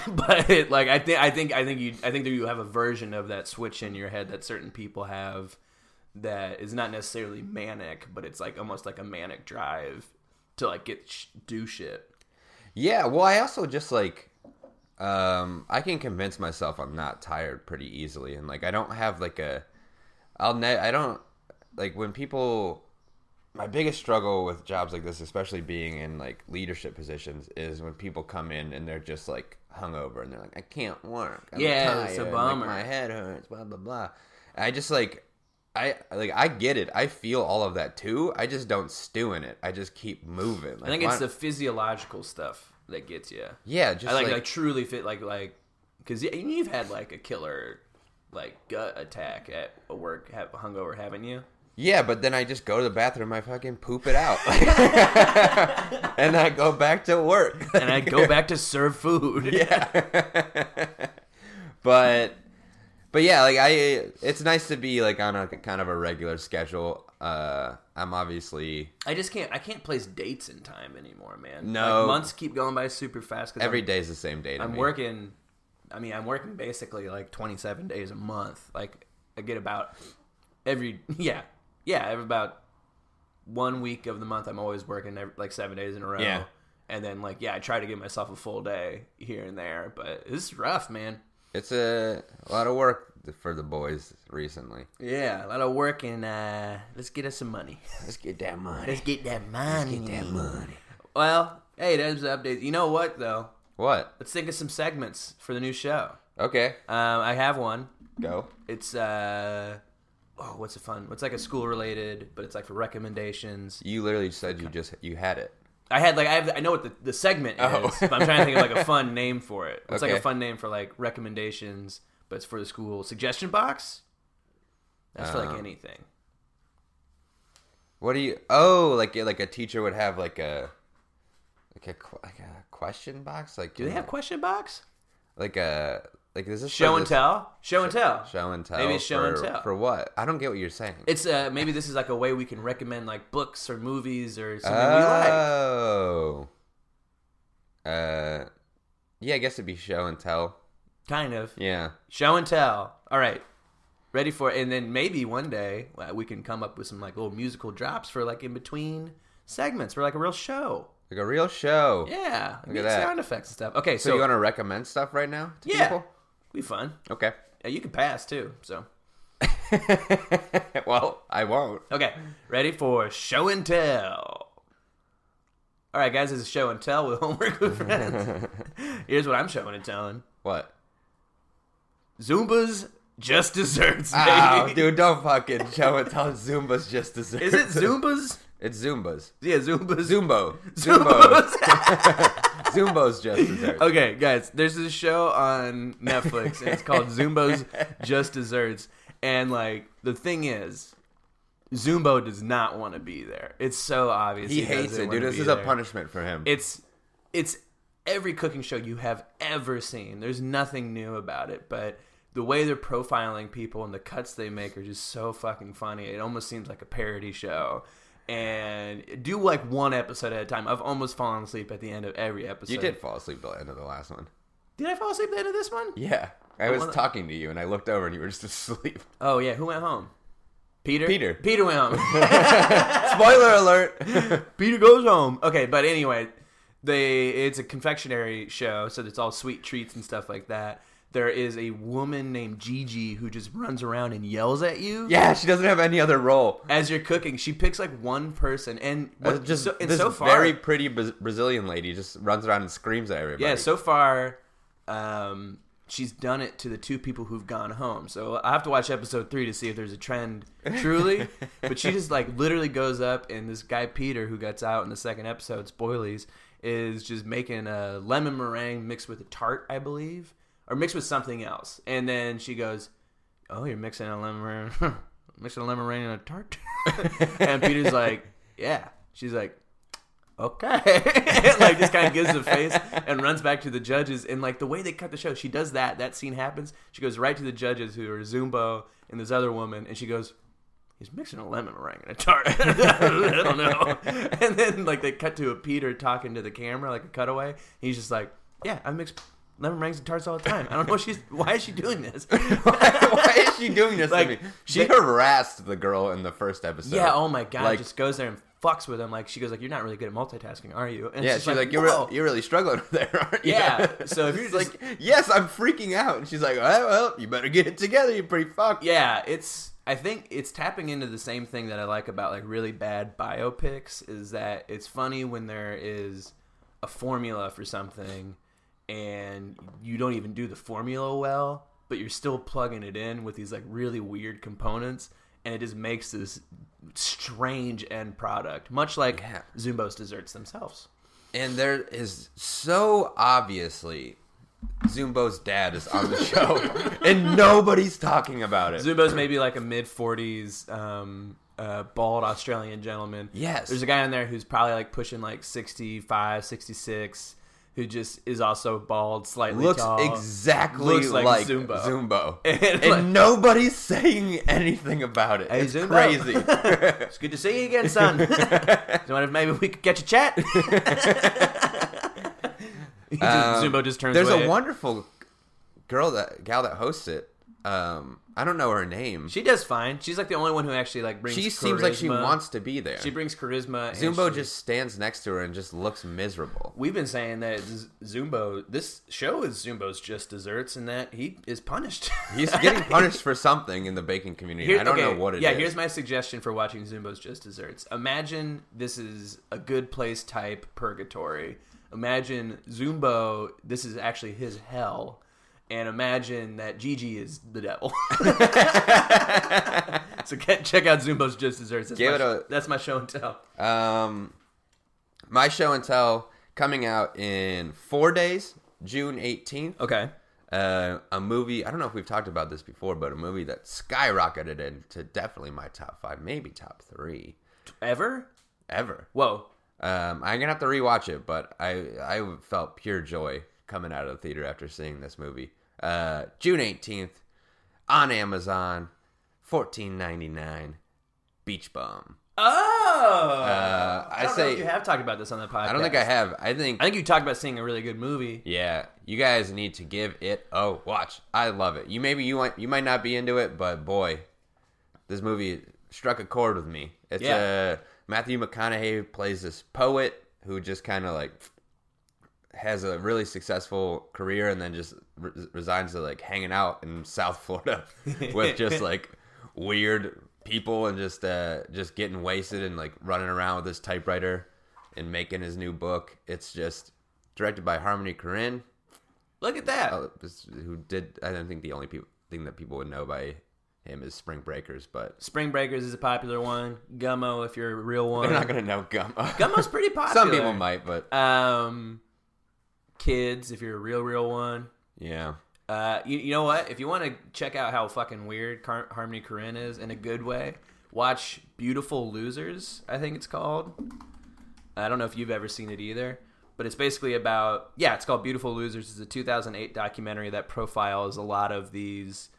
S1: but like I think I think I think you I think that you have a version of that switch in your head that certain people have that is not necessarily manic, but it's like almost like a manic drive to like get sh- do shit.
S2: Yeah. Well, I also just like, um, I can convince myself I'm not tired pretty easily, and like I don't have like a, I'll ne- I don't like when people. My biggest struggle with jobs like this, especially being in like leadership positions, is when people come in and they're just like hungover and they're like, "I can't work. I'm
S1: Yeah, it's a
S2: tired, like,
S1: bummer.
S2: my head hurts. Blah blah blah." I just like, I like, I get it. I feel all of that too. I just don't stew in it. I just keep moving.
S1: I think it's the physiological stuff that gets you.
S2: Yeah, just
S1: I like,
S2: like,
S1: like truly fit like like because you've had like a killer like gut attack at a work have, hungover, haven't you?
S2: yeah, but then I just go to the bathroom, I fucking poop it out, and I go back to work.
S1: And I go back to serve food.
S2: but but yeah, like I, it's nice to be like on a kind of a regular schedule. uh, I'm obviously
S1: I just can't. I can't place dates in time anymore, man.
S2: No.
S1: like, months keep going by super fast. Cause
S2: every
S1: I'm,
S2: day's the same day. To
S1: I'm
S2: me.
S1: working. I mean, I'm working basically like 27 days a month. Like I get about every yeah yeah every about one week of the month. I'm always working every, like seven days in a row.
S2: Yeah.
S1: And then like yeah, I try to give myself a full day here and there, but it's rough, man.
S2: It's a, a lot of work for the boys recently.
S1: Yeah, a lot of work and uh, let's get us some money.
S2: Let's get that money.
S1: Let's get that money. Let's get that
S2: money.
S1: Well, hey, there's the updates. You know what though?
S2: What?
S1: Let's think of some segments for the new show.
S2: Okay,
S1: Um, I have one.
S2: go.
S1: It's uh, oh, what's a fun? It's like a school related, but it's like for recommendations.
S2: You literally said you just you had it.
S1: I had like I have I know what the, the segment is,
S2: Oh.
S1: but I'm trying to think of like a fun name for it. It's like
S2: Okay.
S1: a fun name for like recommendations, but it's for the school suggestion box. That's for like
S2: Um,
S1: anything.
S2: What do you? Oh, like like a teacher would have like a like a qu- like a question box. Like
S1: Do they have question box?
S2: like a like is this for
S1: Show and
S2: this-
S1: tell. Show and tell.
S2: Show and tell.
S1: Maybe it's show and
S2: for-
S1: tell.
S2: for what? I don't get what you're saying.
S1: It's uh maybe this is like a way we can recommend like books or movies or something
S2: Uh,
S1: we like.
S2: oh. Uh, yeah, I guess it'd be show and tell.
S1: Kind of.
S2: Yeah.
S1: Show and tell. All right. Ready for it. And then maybe one day uh, we can come up with some like little musical drops for like in between segments for like a real show. like
S2: Like a real show.
S1: Yeah.
S2: at
S1: Get
S2: that.
S1: sound effects and stuff. Okay.
S2: So,
S1: So,
S2: you want to recommend stuff right now to
S1: Yeah.
S2: people?
S1: be fun.
S2: Okay.
S1: Yeah, you can pass too. So,
S2: well, I won't.
S1: okay. Ready for show and tell. All right, guys, this is show and tell with homework with friends. Here's what I'm showing and telling
S2: What?
S1: Zumba's just desserts, baby.
S2: Oh, dude, don't fucking show and tell. Zumba's just dessert.
S1: Is it Zumba's?
S2: It's Zumba's.
S1: Yeah, Zumba's.
S2: Zumbo. Zumbo. Zumbo's Oh, just dessert.
S1: Okay, guys, there's this show on Netflix, and it's called Zumbo's Just Desserts. And, like, the thing is, Zumbo does not want to be there. It's so obvious.
S2: He hates
S1: doesn't
S2: it, dude.
S1: wanna
S2: This
S1: be
S2: is a
S1: there.
S2: punishment for him.
S1: It's, it's every cooking show you have ever seen. There's nothing new about it, but the way they're profiling people and the cuts they make are just so fucking funny. It almost seems like a parody show. And do like one episode at a time. I've almost fallen asleep at the end of every episode.
S2: you did fall asleep at the end of the last one.
S1: Did I fall asleep at the end of this one?
S2: Yeah. I was
S1: wanna-
S2: talking to you and I looked over and you were just asleep.
S1: Oh yeah, who went home? Peter.
S2: Peter.
S1: Peter went home.
S2: Spoiler alert.
S1: Peter goes home. Okay, but anyway, they it's a confectionery show, so it's all sweet treats and stuff like that. There is a woman named Gigi who just runs around and yells at you
S2: yeah, she doesn't have any other role.
S1: as you're cooking. She picks like one person, and
S2: Uh,
S1: what,
S2: just
S1: so, and
S2: this
S1: so far,
S2: very pretty Bra- Brazilian lady just runs around and screams at everybody.
S1: yeah, so far, um, she's done it to the two people who've gone home. So I have to watch episode three to see if there's a trend truly. but she just like literally goes up, and this guy Peter, who gets out in the second episode, spoilies, is just making a lemon meringue mixed with a tart, I believe, or mixed with something else. And then she goes, "Oh, you're mixing a lemon meringue, mixing a lemon meringue and a tart," and Peter's like, "Yeah." She's like, okay like just kind of gives a face and runs back to the judges and like the way they cut the show she does that that scene happens she goes right to the judges who are zumbo and this other woman and she goes he's mixing a lemon meringue and a tart i don't know and then like they cut to a peter talking to the camera like a cutaway he's just like yeah i mix lemon meringues and tarts all the time i don't know what she's why is she doing this
S2: why is she doing this
S1: Like,
S2: to me? She
S1: they-
S2: harassed the girl in the first episode.
S1: yeah oh my god
S2: Like-
S1: just goes there and fucks with him like she goes like you're not really good at multitasking are you and it's
S2: Yeah,
S1: just
S2: she's like, you're,
S1: "Whoa."
S2: re- you're really struggling there, aren't you?
S1: Yeah, so if you're
S2: It's
S1: just-
S2: like, yes, I'm freaking out, and she's like, well, well, you better get it together, you pretty fuck.
S1: yeah it's i think it's tapping into the same thing that i like about like really bad biopics is that it's funny when there is a formula for something and you don't even do the formula well but you're still plugging it in with these like really weird components and it just makes this strange end product much like
S2: Yeah.
S1: zumbo's desserts themselves
S2: And there is so obviously Zumbo's dad is on the show, and nobody's talking about it.
S1: Zumbo's maybe like a mid forties um, uh, bald Australian gentleman.
S2: Yes.
S1: there's a guy in there who's probably like pushing like 65, 66. who just is also bald, slightly
S2: Looks
S1: tall.
S2: exactly
S1: Looks like
S2: like,
S1: Zumbo.
S2: Zumbo.
S1: And,
S2: And,
S1: like-
S2: nobody's saying anything about it.
S1: Hey,
S2: it's
S1: Zumbo.
S2: crazy. Um,
S1: It's good to see you again, son. Do you mind if maybe we could catch a chat? He just-
S2: Um,
S1: Zumbo just turns
S2: There's
S1: away.
S2: a wonderful girl that gal that hosts it. Um, I don't know her name. She,
S1: She does fine. She's like the only one who actually like brings.
S2: seems like she
S1: charisma.
S2: wants to be there.
S1: She brings charisma. and
S2: Zumbo
S1: she-
S2: just stands next to her and just looks miserable.
S1: We've been saying that Z- Zumbo. This show is Zumbo's just desserts, and that he is punished.
S2: He's getting punished for something in the baking community.
S1: Here-
S2: I don't
S1: okay,
S2: know what it is.
S1: yeah, here's my suggestion for watching Zumbo's Just Desserts. Imagine this is a good place type purgatory. Imagine Zumbo, this is actually his hell. And imagine that Gigi is the devil. so get, check out Zumbo's Just Desserts. That's,
S2: Give
S1: my,
S2: it a-
S1: that's my show and tell.
S2: Um, my show and tell coming out in four days, June 18th.
S1: Okay.
S2: Uh, a movie, I don't know if we've talked about this before, but a movie that skyrocketed into definitely my top five, maybe top three
S1: Ever?
S2: ever.
S1: Whoa.
S2: Um, I'm gonna have to rewatch it, but I I felt pure joy coming out of the theater after seeing this movie. Uh, June 18th on Amazon, 14.99. Beach bum.
S1: Oh!
S2: Uh,
S1: I
S2: I
S1: don't know
S2: say-
S1: if you have talked about this on the podcast.
S2: I don't think I have. I think
S1: I think you talked about seeing a really good movie.
S2: Yeah, you guys need to give it a watch. I love it. You maybe you want you might not be into it, but boy, this movie struck a chord with me. It's
S1: Yeah.
S2: uh, Matthew McConaughey plays this poet who just kind of like has a really successful career and then just re- resigns to like hanging out in South Florida with just like weird people and just uh just getting wasted and like running around with his typewriter and making his new book. It's just directed by Harmony Korine,
S1: Look at that.
S2: uh, this- who did I don't think the only peop thing that people would know by him is Spring Breakers, but
S1: Spring Breakers is a popular one. Gummo, if you're a real one.
S2: they're not gonna know Gummo.
S1: Gummo's pretty popular.
S2: Some people might, but
S1: Um, kids, if you're a real, real one.
S2: yeah.
S1: Uh, you, you know what? If you want to check out how fucking weird Car- Harmony Korine is in a good way, watch Beautiful Losers, I think it's called. I don't know if you've ever seen it either, but it's basically about, yeah, it's called Beautiful Losers. It's a 2008 documentary that profiles a lot of these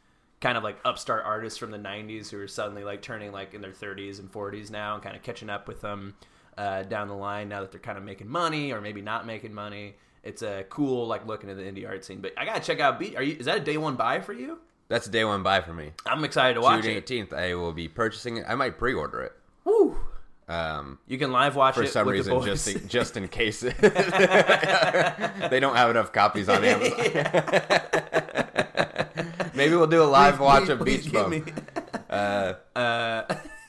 S1: kind of like upstart artists from the 90s who are suddenly like turning like in their 30s and 40s now and kind of catching up with them uh, down the line now that they're kind of making money or maybe not making money. It's a cool like looking at the indie art scene. But I gotta check out Beat. Are you is that a day one buy for you?
S2: That's day one buy for me.
S1: I'm excited to
S2: June
S1: watch it.
S2: eighteenth, I will be purchasing it. I might pre-order it
S1: Woo!
S2: um,
S1: You can live watch
S2: for
S1: it
S2: some
S1: with the
S2: reason,
S1: boys.
S2: just in, just in case they don't have enough copies on Amazon. Maybe we'll do a live watch of
S1: Please
S2: Beach
S1: give
S2: Bum
S1: me-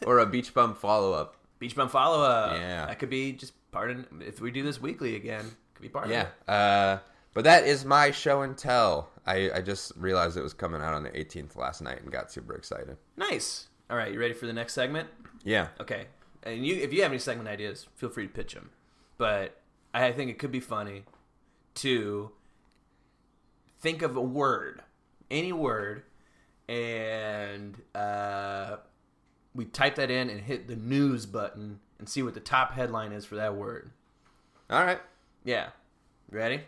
S2: or a Beach Bum follow-up.
S1: Beach Bum follow up.
S2: Yeah.
S1: that could be just part of. If we do this weekly again, it could be part of
S2: Yeah.
S1: it.
S2: Uh, but that is my show and tell. I, I just realized it was coming out on the 18th last night and got super excited.
S1: Nice. All right, you ready for the next segment?
S2: Yeah.
S1: Okay. And you, if you have any segment ideas, feel free to pitch them. But I think it could be funny to think of a word, any word, and uh, we type that in and hit the news button and see what the top headline is for that word.
S2: All right.
S1: Yeah. Ready?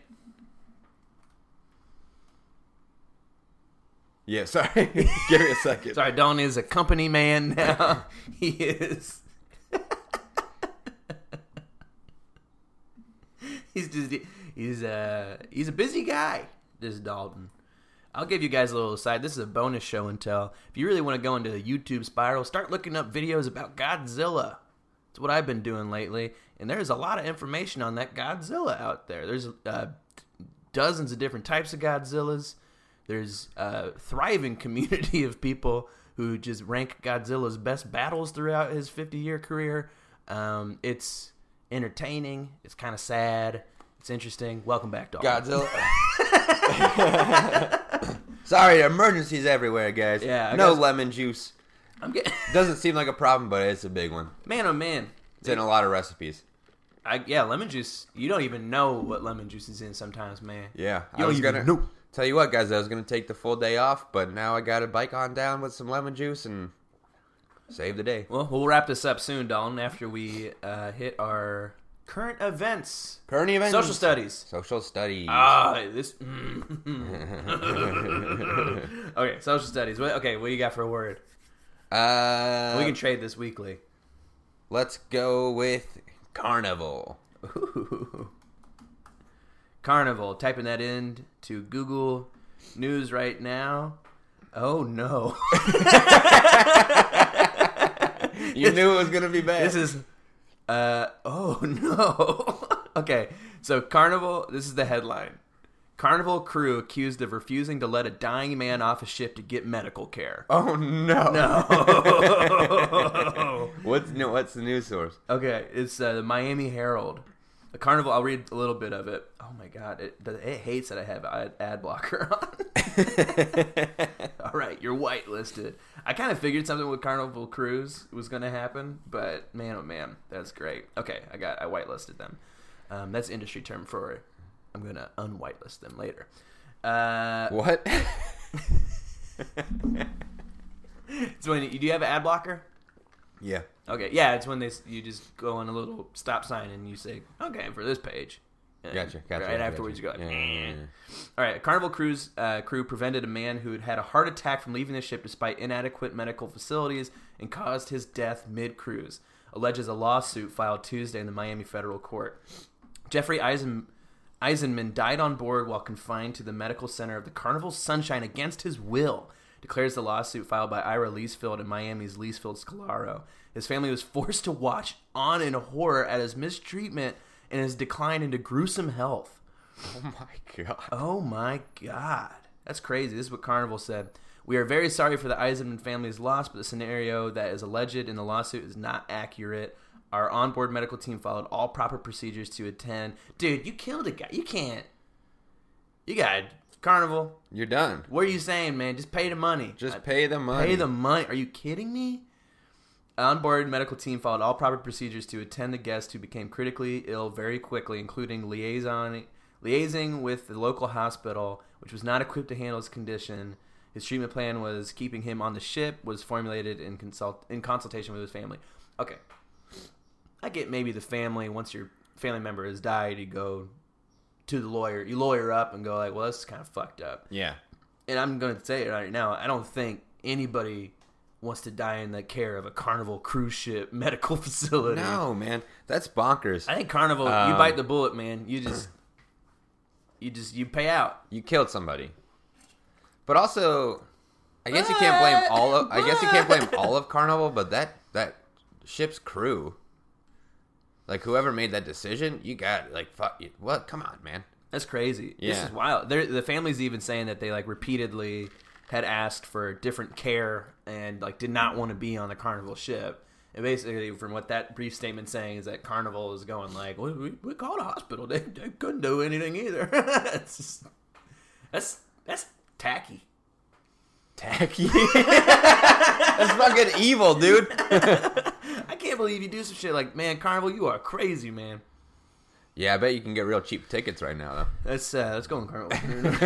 S2: Yeah. Sorry. Give me a second.
S1: Sorry, Don is a company man now. he is. he's just he's a he's a busy guy. This Dalton. I'll give you guys a little aside. This is a bonus show and tell. If you really want to go into the YouTube spiral, start looking up videos about Godzilla. It's what I've been doing lately, and there's a lot of information on that Godzilla out there. There's uh, dozens of different types of Godzillas. There's a thriving community of people who just rank Godzilla's best battles throughout his 50 year career. Um, it's entertaining. It's kind of sad. It's interesting. Welcome back, Dalton.
S2: Godzilla. Sorry. Emergencies everywhere, guys.
S1: Yeah, I
S2: no
S1: guess-
S2: lemon juice.
S1: I'm getting
S2: Doesn't seem like a problem, but it's a big one.
S1: man, oh man.
S2: It's in a lot of recipes.
S1: I, yeah, lemon juice. You don't even know what lemon juice is in sometimes, man.
S2: Yeah.
S1: You
S2: I
S1: don't
S2: was
S1: even
S2: gonna
S1: know.
S2: tell you what, guys. I was gonna take the full day off, but now I got to bike on down with some lemon juice and save the day.
S1: Well, we'll wrap this up soon, Dalton, after we uh, hit our Current events.
S2: Current events.
S1: Social studies.
S2: Social studies.
S1: Ah, this. mm. okay, social studies. What, okay, what do you got for a word?
S2: Uh,
S1: we can trade this weekly.
S2: let's go with carnival.
S1: Ooh. Carnival. Typing that in to Google News right now. Oh no!
S2: You knew it was gonna be bad.
S1: this is. Uh oh no. okay, so Carnival. This is the headline. Carnival crew accused of refusing to let a dying man off a ship to get medical care.
S2: Oh no!
S1: No.
S2: what's no? What's the news source?
S1: Okay, it's uh, the Miami Herald. The Carnival. I'll read a little bit of it. Oh my god, it, it hates that I have ad, ad blocker on. All right, you're whitelisted. I kind of figured something with Carnival Cruise was going to happen, but man, oh man, that's great. Okay, I got I whitelisted them. Um, that's industry term for I'm going to unwhitelist them later. Uh,
S2: What?
S1: it's when you do you have an ad blocker?
S2: yeah.
S1: Okay, yeah, it's when they s- you just go on a little stop sign and you say, "Okay, for this page." And
S2: Gotcha. Gotcha.
S1: Right
S2: gotcha.
S1: afterwards, you go like,
S2: Yeah, yeah, yeah.
S1: "All right." a Carnival Cruise uh, crew prevented a man who had had a heart attack from leaving the ship despite inadequate medical facilities and caused his death mid-cruise. Alleges a lawsuit filed Tuesday in the Miami federal court. Jeffrey Eisen, Eisenman died on board while confined to the medical center of the Carnival Sunshine against his will, declares the lawsuit filed by Ira Leesfield in Miami's Leesfield Scalaro. His family was forced to watch on in horror at his mistreatment and his decline into gruesome health.
S2: Oh my god.
S1: Oh my God. That's crazy. This is what Carnival said. We are very sorry for the Eisenman family's loss, but the scenario that is alleged in the lawsuit is not accurate. Our onboard medical team followed all proper procedures to attend. Dude, you killed a guy. You can't. You got Carnival.
S2: You're done.
S1: What are you saying, man? Just pay the money.
S2: Just pay the money.
S1: Pay the money. Are you kidding me? Onboard medical team followed all proper procedures to attend the guest who became critically ill very quickly, including liaison liaising with the local hospital, which was not equipped to handle his condition. His treatment plan was keeping him on the ship was formulated in consult in consultation with his family. Okay, I get maybe the family once your family member has died, you go to the lawyer, you lawyer up and go like, well, this is kind of fucked up
S2: Yeah.
S1: and I'm going to say it right now, I don't think anybody wants to die in the care of a Carnival cruise ship medical facility.
S2: No, man, that's bonkers.
S1: I think Carnival, you
S2: Um,
S1: bite the bullet, man. You just, you just, you pay out.
S2: you killed somebody. But also, I guess you can't blame
S1: But-
S2: all of. I guess you can't blame
S1: but-
S2: all of Carnival, but that that ship's crew, like whoever made that decision, you got like fuck. You, what? Come on, man.
S1: That's crazy. This
S2: Yeah.
S1: is wild. They're, the family's even saying that they like repeatedly had asked for different care and like did not want to be on the Carnival ship. And basically, from what that brief statement saying is that Carnival is going like, we, we, we called a hospital. They, they couldn't do anything either. It's just- that's that's tacky.
S2: Tacky. that's fucking evil, dude.
S1: I can't believe you do some shit like, man, Carnival, you are crazy, man.
S2: Yeah, I bet you can get real cheap tickets right now,
S1: Let's uh, let's go on Carnival.
S2: though.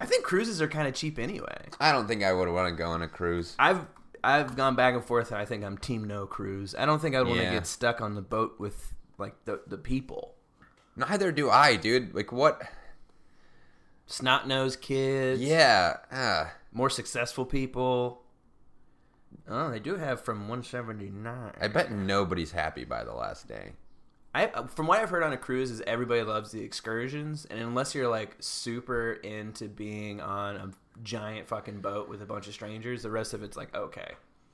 S1: I think cruises are kind of cheap anyway.
S2: I don't think I would want to go on a cruise.
S1: I've I've gone back and forth, and I think I'm team no cruise. I don't think I would want to
S2: Yeah.
S1: get stuck on the boat with like the the people,
S2: Neither do I, dude. Like what?
S1: snot nosed kids,
S2: Yeah. Uh,
S1: more successful people. Oh, they do have from 179.
S2: I bet nobody's happy by the last day.
S1: I from what I've heard on a cruise is everybody loves the excursions, and unless you're like super into being on a giant fucking boat with a bunch of strangers, the rest of it's like okay,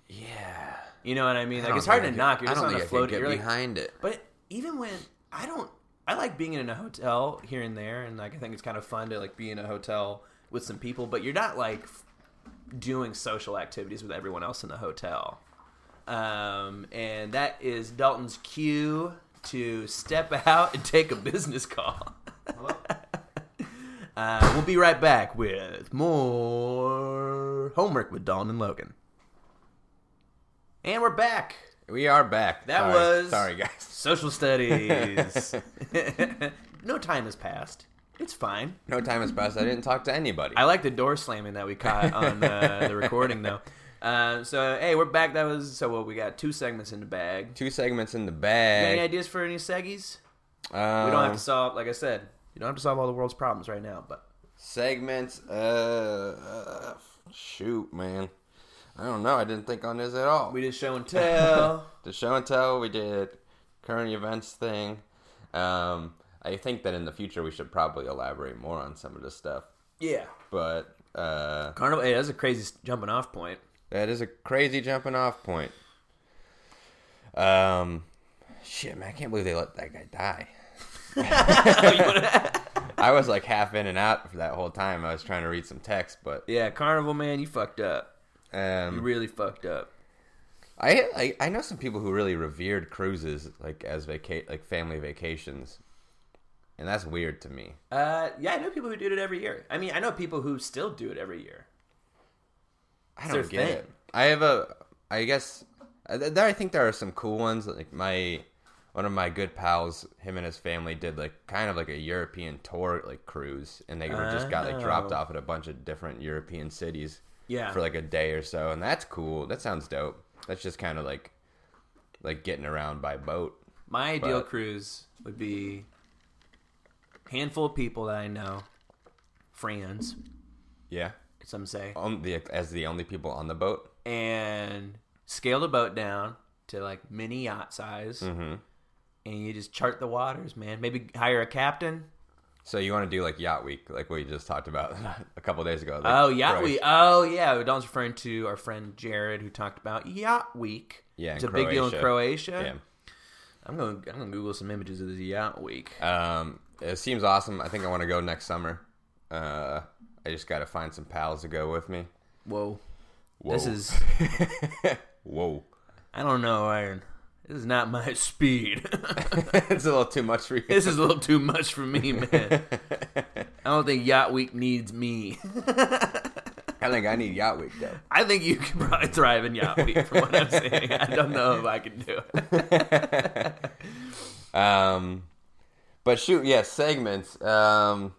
S2: Yeah.
S1: you know what I mean? Like it's hard to knock. You're
S2: I
S1: just
S2: don't
S1: on
S2: think
S1: a
S2: I could
S1: float.
S2: get
S1: You're like,
S2: behind it.
S1: but even when I don't, I like being in a hotel here and there, and like I think it's kind of fun to like be in a hotel with some people. But you're not like f- doing social activities with everyone else in the hotel. Um, and that is Dalton's cue to step out and take a business call. uh, we'll be right back with more homework with Dalton and Logan. And we're back.
S2: We are back.
S1: That
S2: Sorry.
S1: was-
S2: sorry, guys.
S1: Social studies. no time has passed. It's fine.
S2: No time has passed. I didn't talk to anybody.
S1: I like the door slamming that we caught on uh, the recording, though. Uh, so hey, we're back. That was so what we got two segments in the bag.
S2: Two segments in the
S1: Any
S2: bag.
S1: ideas for any seggies?
S2: Um,
S1: We don't have to solve, like I said, you don't have to solve all the world's problems right now. But
S2: segments. Uh, uh, shoot, man. I don't know. I didn't think on this at all.
S1: we did show and tell.
S2: the show and tell. We did current events thing. Um, I think that in the future we should probably elaborate more on some of this stuff.
S1: yeah,
S2: But uh,
S1: carnival. Hey, that's a crazy jumping off point.
S2: that is a crazy jumping off point. Um, shit, man, I can't believe they let that guy die. I was like half in and out for that whole time. I was trying to read some text, but
S1: yeah, carnival man, you fucked up. You
S2: um,
S1: really fucked up.
S2: I, I I know some people who really revered cruises like as vaca- like family vacations, and that's weird to me.
S1: Uh, yeah, I know people who do it every year. I mean, I know people who still do it every year.
S2: I
S1: their
S2: don't get
S1: thing.
S2: it. I have a. I guess uh, th- there. I think there are some cool ones. Like my one of my good pals, him and his family did like kind of like a European tour like cruise, and they were just got like dropped
S1: Oh.
S2: off at a bunch of different European cities
S1: Yeah,
S2: for like a day or so, and that's cool. That sounds dope. That's just kind of like like getting around by boat.
S1: my ideal
S2: but-
S1: cruise would be handful of people that I know, friends,
S2: Yeah,
S1: some say,
S2: on the as the only people on the boat.
S1: and scale the boat down to like mini yacht size,
S2: Mm-hmm.
S1: and you just chart the waters, man. Maybe hire a captain.
S2: So you want to do like yacht week, like we just talked about a couple days ago. like,
S1: Oh, yacht
S2: Croatia.
S1: week. Oh, yeah. Don's referring to our friend Jared, who talked about yacht week.
S2: Yeah,
S1: it's a
S2: in
S1: big deal in Croatia.
S2: Yeah.
S1: I'm gonna I'm gonna Google some images of this yacht week.
S2: Um, it seems awesome. I think I want to go next summer. Uh, I just got to find some pals to go with me.
S1: Whoa,
S2: Whoa.
S1: this is
S2: whoa.
S1: I don't know, Iron. This is not my speed.
S2: it's a little too much for you.
S1: this is a little too much for me, man. I don't think yacht week needs me.
S2: I think I need yacht week though.
S1: I think you can probably thrive in yacht week. From what I'm saying, I don't know if I can do it.
S2: Um, but shoot, yeah, segments. Um,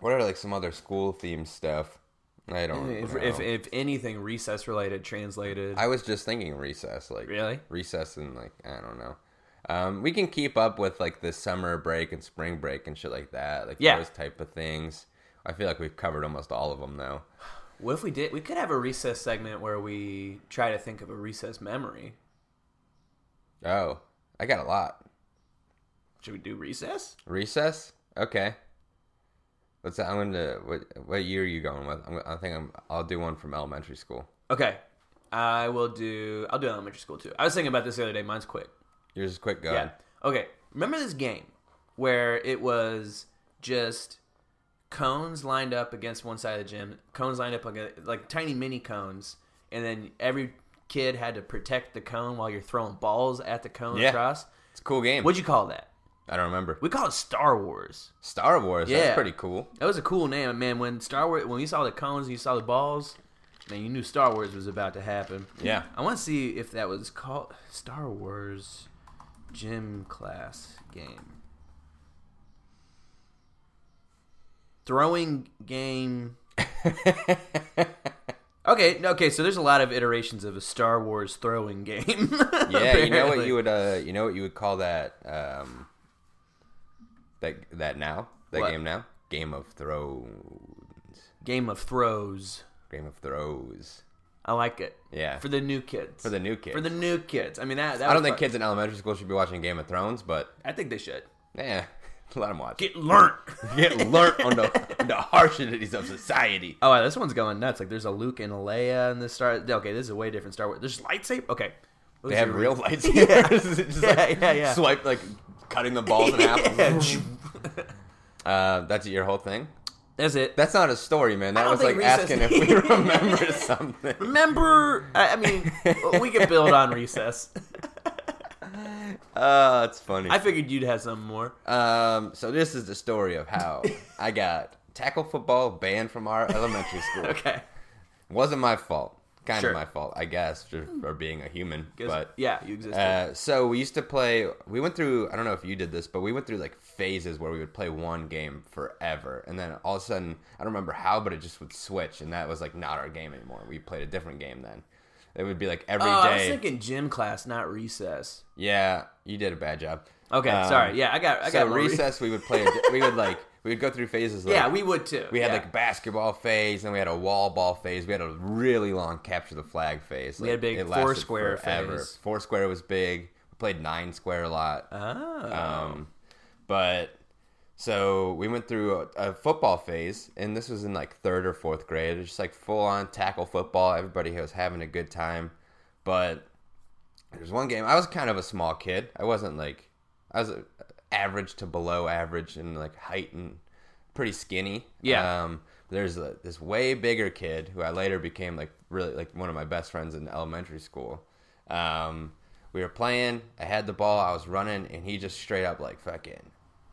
S2: what are like some other school theme stuff? I don't.
S1: If,
S2: know.
S1: if, if anything, recess related, translated.
S2: I was just thinking recess, like
S1: Really?
S2: recess and like I don't know. Um, we can keep up with like the summer break and spring break and shit like that, like
S1: Yeah.
S2: those type of things. I feel like we've covered almost all of them though.
S1: What if we did? We could have a recess segment where we try to think of a recess memory.
S2: Oh, I got a lot.
S1: Should we do recess?
S2: Recess, okay. What's that? I'm gonna. What, what year are you going with? I'm, I think I'm. I'll do one from elementary school.
S1: Okay, I will do. I'll do elementary school too. I was thinking about this the other day. Mine's quick.
S2: Yours is quick. Go
S1: Yeah.
S2: ahead.
S1: Okay. Remember this game where it was just cones lined up against one side of the gym, cones lined up against, like tiny mini cones, and then every kid had to protect the cone while you're throwing balls at the cone
S2: Yeah.
S1: across.
S2: It's a cool game.
S1: What'd you call that?
S2: I don't remember.
S1: We call it Star Wars.
S2: Star Wars.
S1: Yeah.
S2: That's pretty cool.
S1: That was a cool name, man. When Star Wars, when you saw the cones and you saw the balls, man, you knew Star Wars was about to happen.
S2: Yeah.
S1: I want to see if that was called Star Wars gym class game. Throwing game. Okay, no, okay, so there's a lot of iterations of a Star Wars throwing game.
S2: Yeah, you know what you would uh you know what you would call that um that that now? That
S1: What?
S2: game now? Game of Thrones.
S1: Game of Throws.
S2: Game of Thrones.
S1: I like it.
S2: Yeah.
S1: For the new kids.
S2: For the new kids.
S1: For the new kids. I mean, that, that
S2: I
S1: was
S2: don't think
S1: fun.
S2: kids in elementary school should be watching Game of Thrones, but
S1: I think they should.
S2: yeah, let them watch.
S1: Get learnt.
S2: Get learnt on the, on the harshinities of society.
S1: Oh, wow, this one's going nuts. Like, there's a Luke and a Leia in this Star. Okay, this is a way different Star Wars. There's lightsaber. Okay,
S2: They have real lightsabers. Just
S1: Yeah,
S2: like
S1: yeah, yeah.
S2: Swipe like cutting the balls in half. Uh, that's your whole thing.
S1: That's it.
S2: That's not a story, man. That
S1: don't
S2: was like
S1: think recess-
S2: asking if we remember something.
S1: Remember, I I mean, we could build on recess.
S2: Uh, it's funny.
S1: I figured you'd have some more.
S2: Um, so this is the story of how I got tackle football banned from our elementary school.
S1: Okay.
S2: Wasn't my fault. Kind
S1: Sure.
S2: of my fault, I guess, for, for being a human.
S1: 'Cause-
S2: But
S1: yeah, you exist.
S2: uh, so we used to play. We went through. I don't know if you did this, but we went through like phases where we would play one game forever, and then all of a sudden, I don't remember how, but it just would switch, and that was like not our game anymore. We played a different game then. It would be like every day.
S1: oh, I was thinking gym class, not recess.
S2: yeah, you did a bad job.
S1: Okay,
S2: Um,
S1: sorry. Yeah, I got. I
S2: so
S1: got more re-
S2: recess, we would play. A, di- we would like we would go through phases. Like,
S1: yeah, we would too.
S2: we had
S1: yeah.
S2: like a basketball phase, then we had a wall ball phase. We had a really long capture the flag phase.
S1: We had a big
S2: it lasted
S1: Foursquare
S2: forever.
S1: phase.
S2: Four square was big. We played nine square a lot.
S1: Oh.
S2: Um, but so we went through a, a football phase, and this was in like third or fourth grade. It was just like full on tackle football. Everybody was having a good time, but there's one game. I was kind of a small kid. I wasn't like I was uh, average to below average in like height and pretty skinny.
S1: Yeah.
S2: Um, there's a, this way bigger kid who I later became like really like one of my best friends in elementary school. Um, we were playing. I had the ball. I was running, and he just straight up like fucking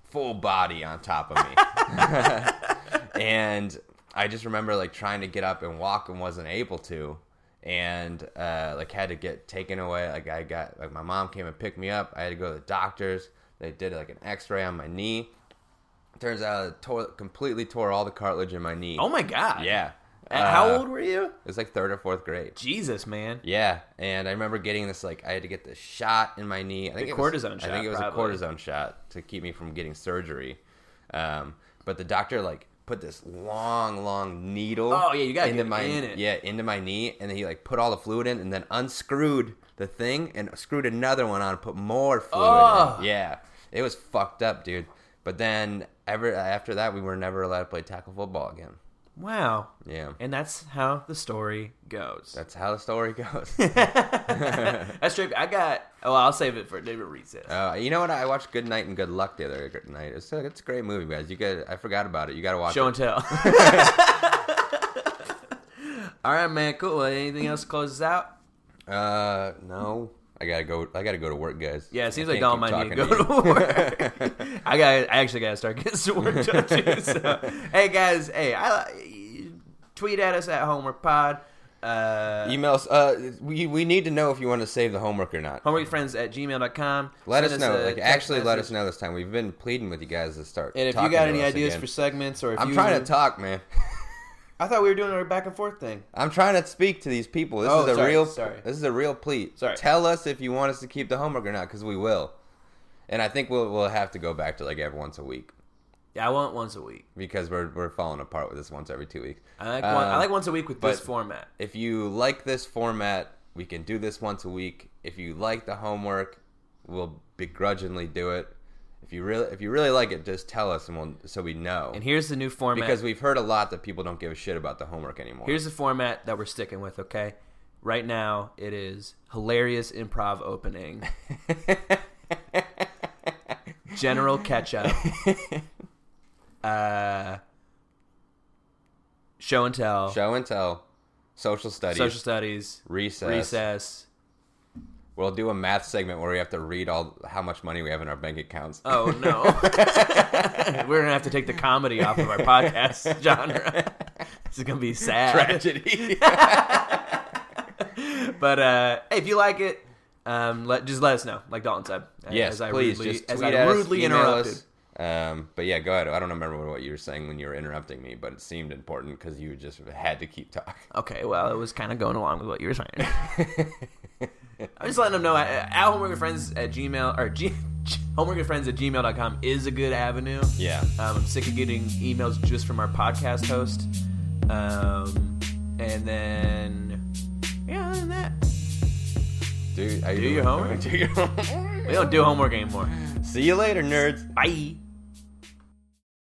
S2: full body on top of me. and I just remember like trying to get up and walk and wasn't able to, and uh, like had to get taken away. Like I got like my mom came and picked me up. I had to go to the doctors. They did like an X-ray on my knee. Turns out it tore, completely tore all the cartilage in my knee.
S1: oh my god.
S2: yeah.
S1: And how
S2: Uh,
S1: old were you?
S2: It was like third or fourth grade.
S1: Jesus, man.
S2: Yeah, and I remember getting this like I had to get this shot in my knee. I think
S1: The
S2: it was,
S1: cortisone
S2: I
S1: shot,
S2: think it was
S1: probably.
S2: a cortisone shot to keep me from getting surgery. Um, but the doctor like put this long, long needle.
S1: Oh, yeah, you gotta
S2: into
S1: get
S2: my
S1: in it.
S2: yeah into my knee, and then he like put all the fluid in, and then unscrewed the thing and screwed another one on, and put more fluid.
S1: Ugh.
S2: in. Yeah, it was fucked up, dude. But then ever after that, we were never allowed to play tackle football again.
S1: Wow.
S2: Yeah,
S1: And that's how the story goes.
S2: that's how the story goes.
S1: That's straight. I got. Oh, I'll save it for a different recess.
S2: Uh, you know what? I watched Good Night and Good Luck the other gr- night. It's a, it's a great movie, guys. You got I forgot about it. You got to watch
S1: Show
S2: it.
S1: and tell. All right, man. Cool. Well, anything else to close us out?
S2: Uh, no, I gotta go. I gotta go to work, guys.
S1: Yeah, it seems
S2: I
S1: like
S2: can't
S1: Don
S2: keep
S1: might need to go
S2: talking
S1: to work.
S2: you.
S1: I got. I actually got to start getting some work done too. So, hey guys. Hey, I tweet at us at Homework Pod. Uh,
S2: Emails. Uh, we we need to know if you want to save the homework or not.
S1: homeworkfriends at gmail.com.
S2: Let
S1: Send
S2: us know.
S1: a
S2: Like
S1: text
S2: actually, let
S1: message.
S2: us know this time. We've been pleading with you guys to start.
S1: And if you
S2: talking
S1: got
S2: to
S1: any
S2: us
S1: ideas
S2: again.
S1: for segments or if
S2: I'm
S1: you
S2: trying to talk, man.
S1: I thought we were doing our back and forth thing.
S2: I'm trying to speak to these people. This
S1: Oh,
S2: is a
S1: sorry,
S2: real.
S1: sorry.
S2: This is a real plea.
S1: Sorry.
S2: Tell us if you want us to keep the homework or not, because we will. And I think we'll we'll have to go back to like every once a week
S1: Yeah, I want once a week.
S2: because we're we're falling apart with this once every two weeks.
S1: I like one,
S2: Uh,
S1: I like once a week with this
S2: but-
S1: format.
S2: If you like this format, we can do this once a week. If you like the homework, we'll begrudgingly do it. If you really if you really like it, just tell us and we'll so we know.
S1: And here's the new format.
S2: because we've heard a lot that people don't give a shit about the homework anymore.
S1: Here's the format that we're sticking with, okay? Right now, it is hilarious improv opening, general catch up, uh, show and tell,
S2: Show and tell, social studies,
S1: social studies,
S2: recess.
S1: recess.
S2: We'll do a math segment where we have to read all how much money we have in our bank accounts.
S1: Oh, no. we're going to have to take the comedy off of our podcast genre. This is going to be sad.
S2: Tragedy.
S1: But uh, hey, if you like it, um, let just let us know, like Dalton said. uh,
S2: yes,
S1: as I
S2: please.
S1: rudely,
S2: just
S1: as
S2: tweet
S1: I
S2: at us,
S1: rudely
S2: email
S1: interrupted.
S2: us. Um, but yeah, go ahead. I don't remember what you were saying when you were interrupting me, but it seemed important because you just had to keep talking.
S1: Okay, well, it was kind of going along with what you were saying. I'm just letting them know uh, at homework with friends at gmail or g- homework with friends at gmail.com is a good avenue.
S2: Yeah.
S1: Um, I'm sick of getting emails just from our podcast host. Um, and then, yeah, other than that,
S2: Do, are you
S1: Do your
S2: doing-
S1: homework.
S2: Do your homework.
S1: we don't do homework anymore.
S2: See you later, nerds.
S1: Bye.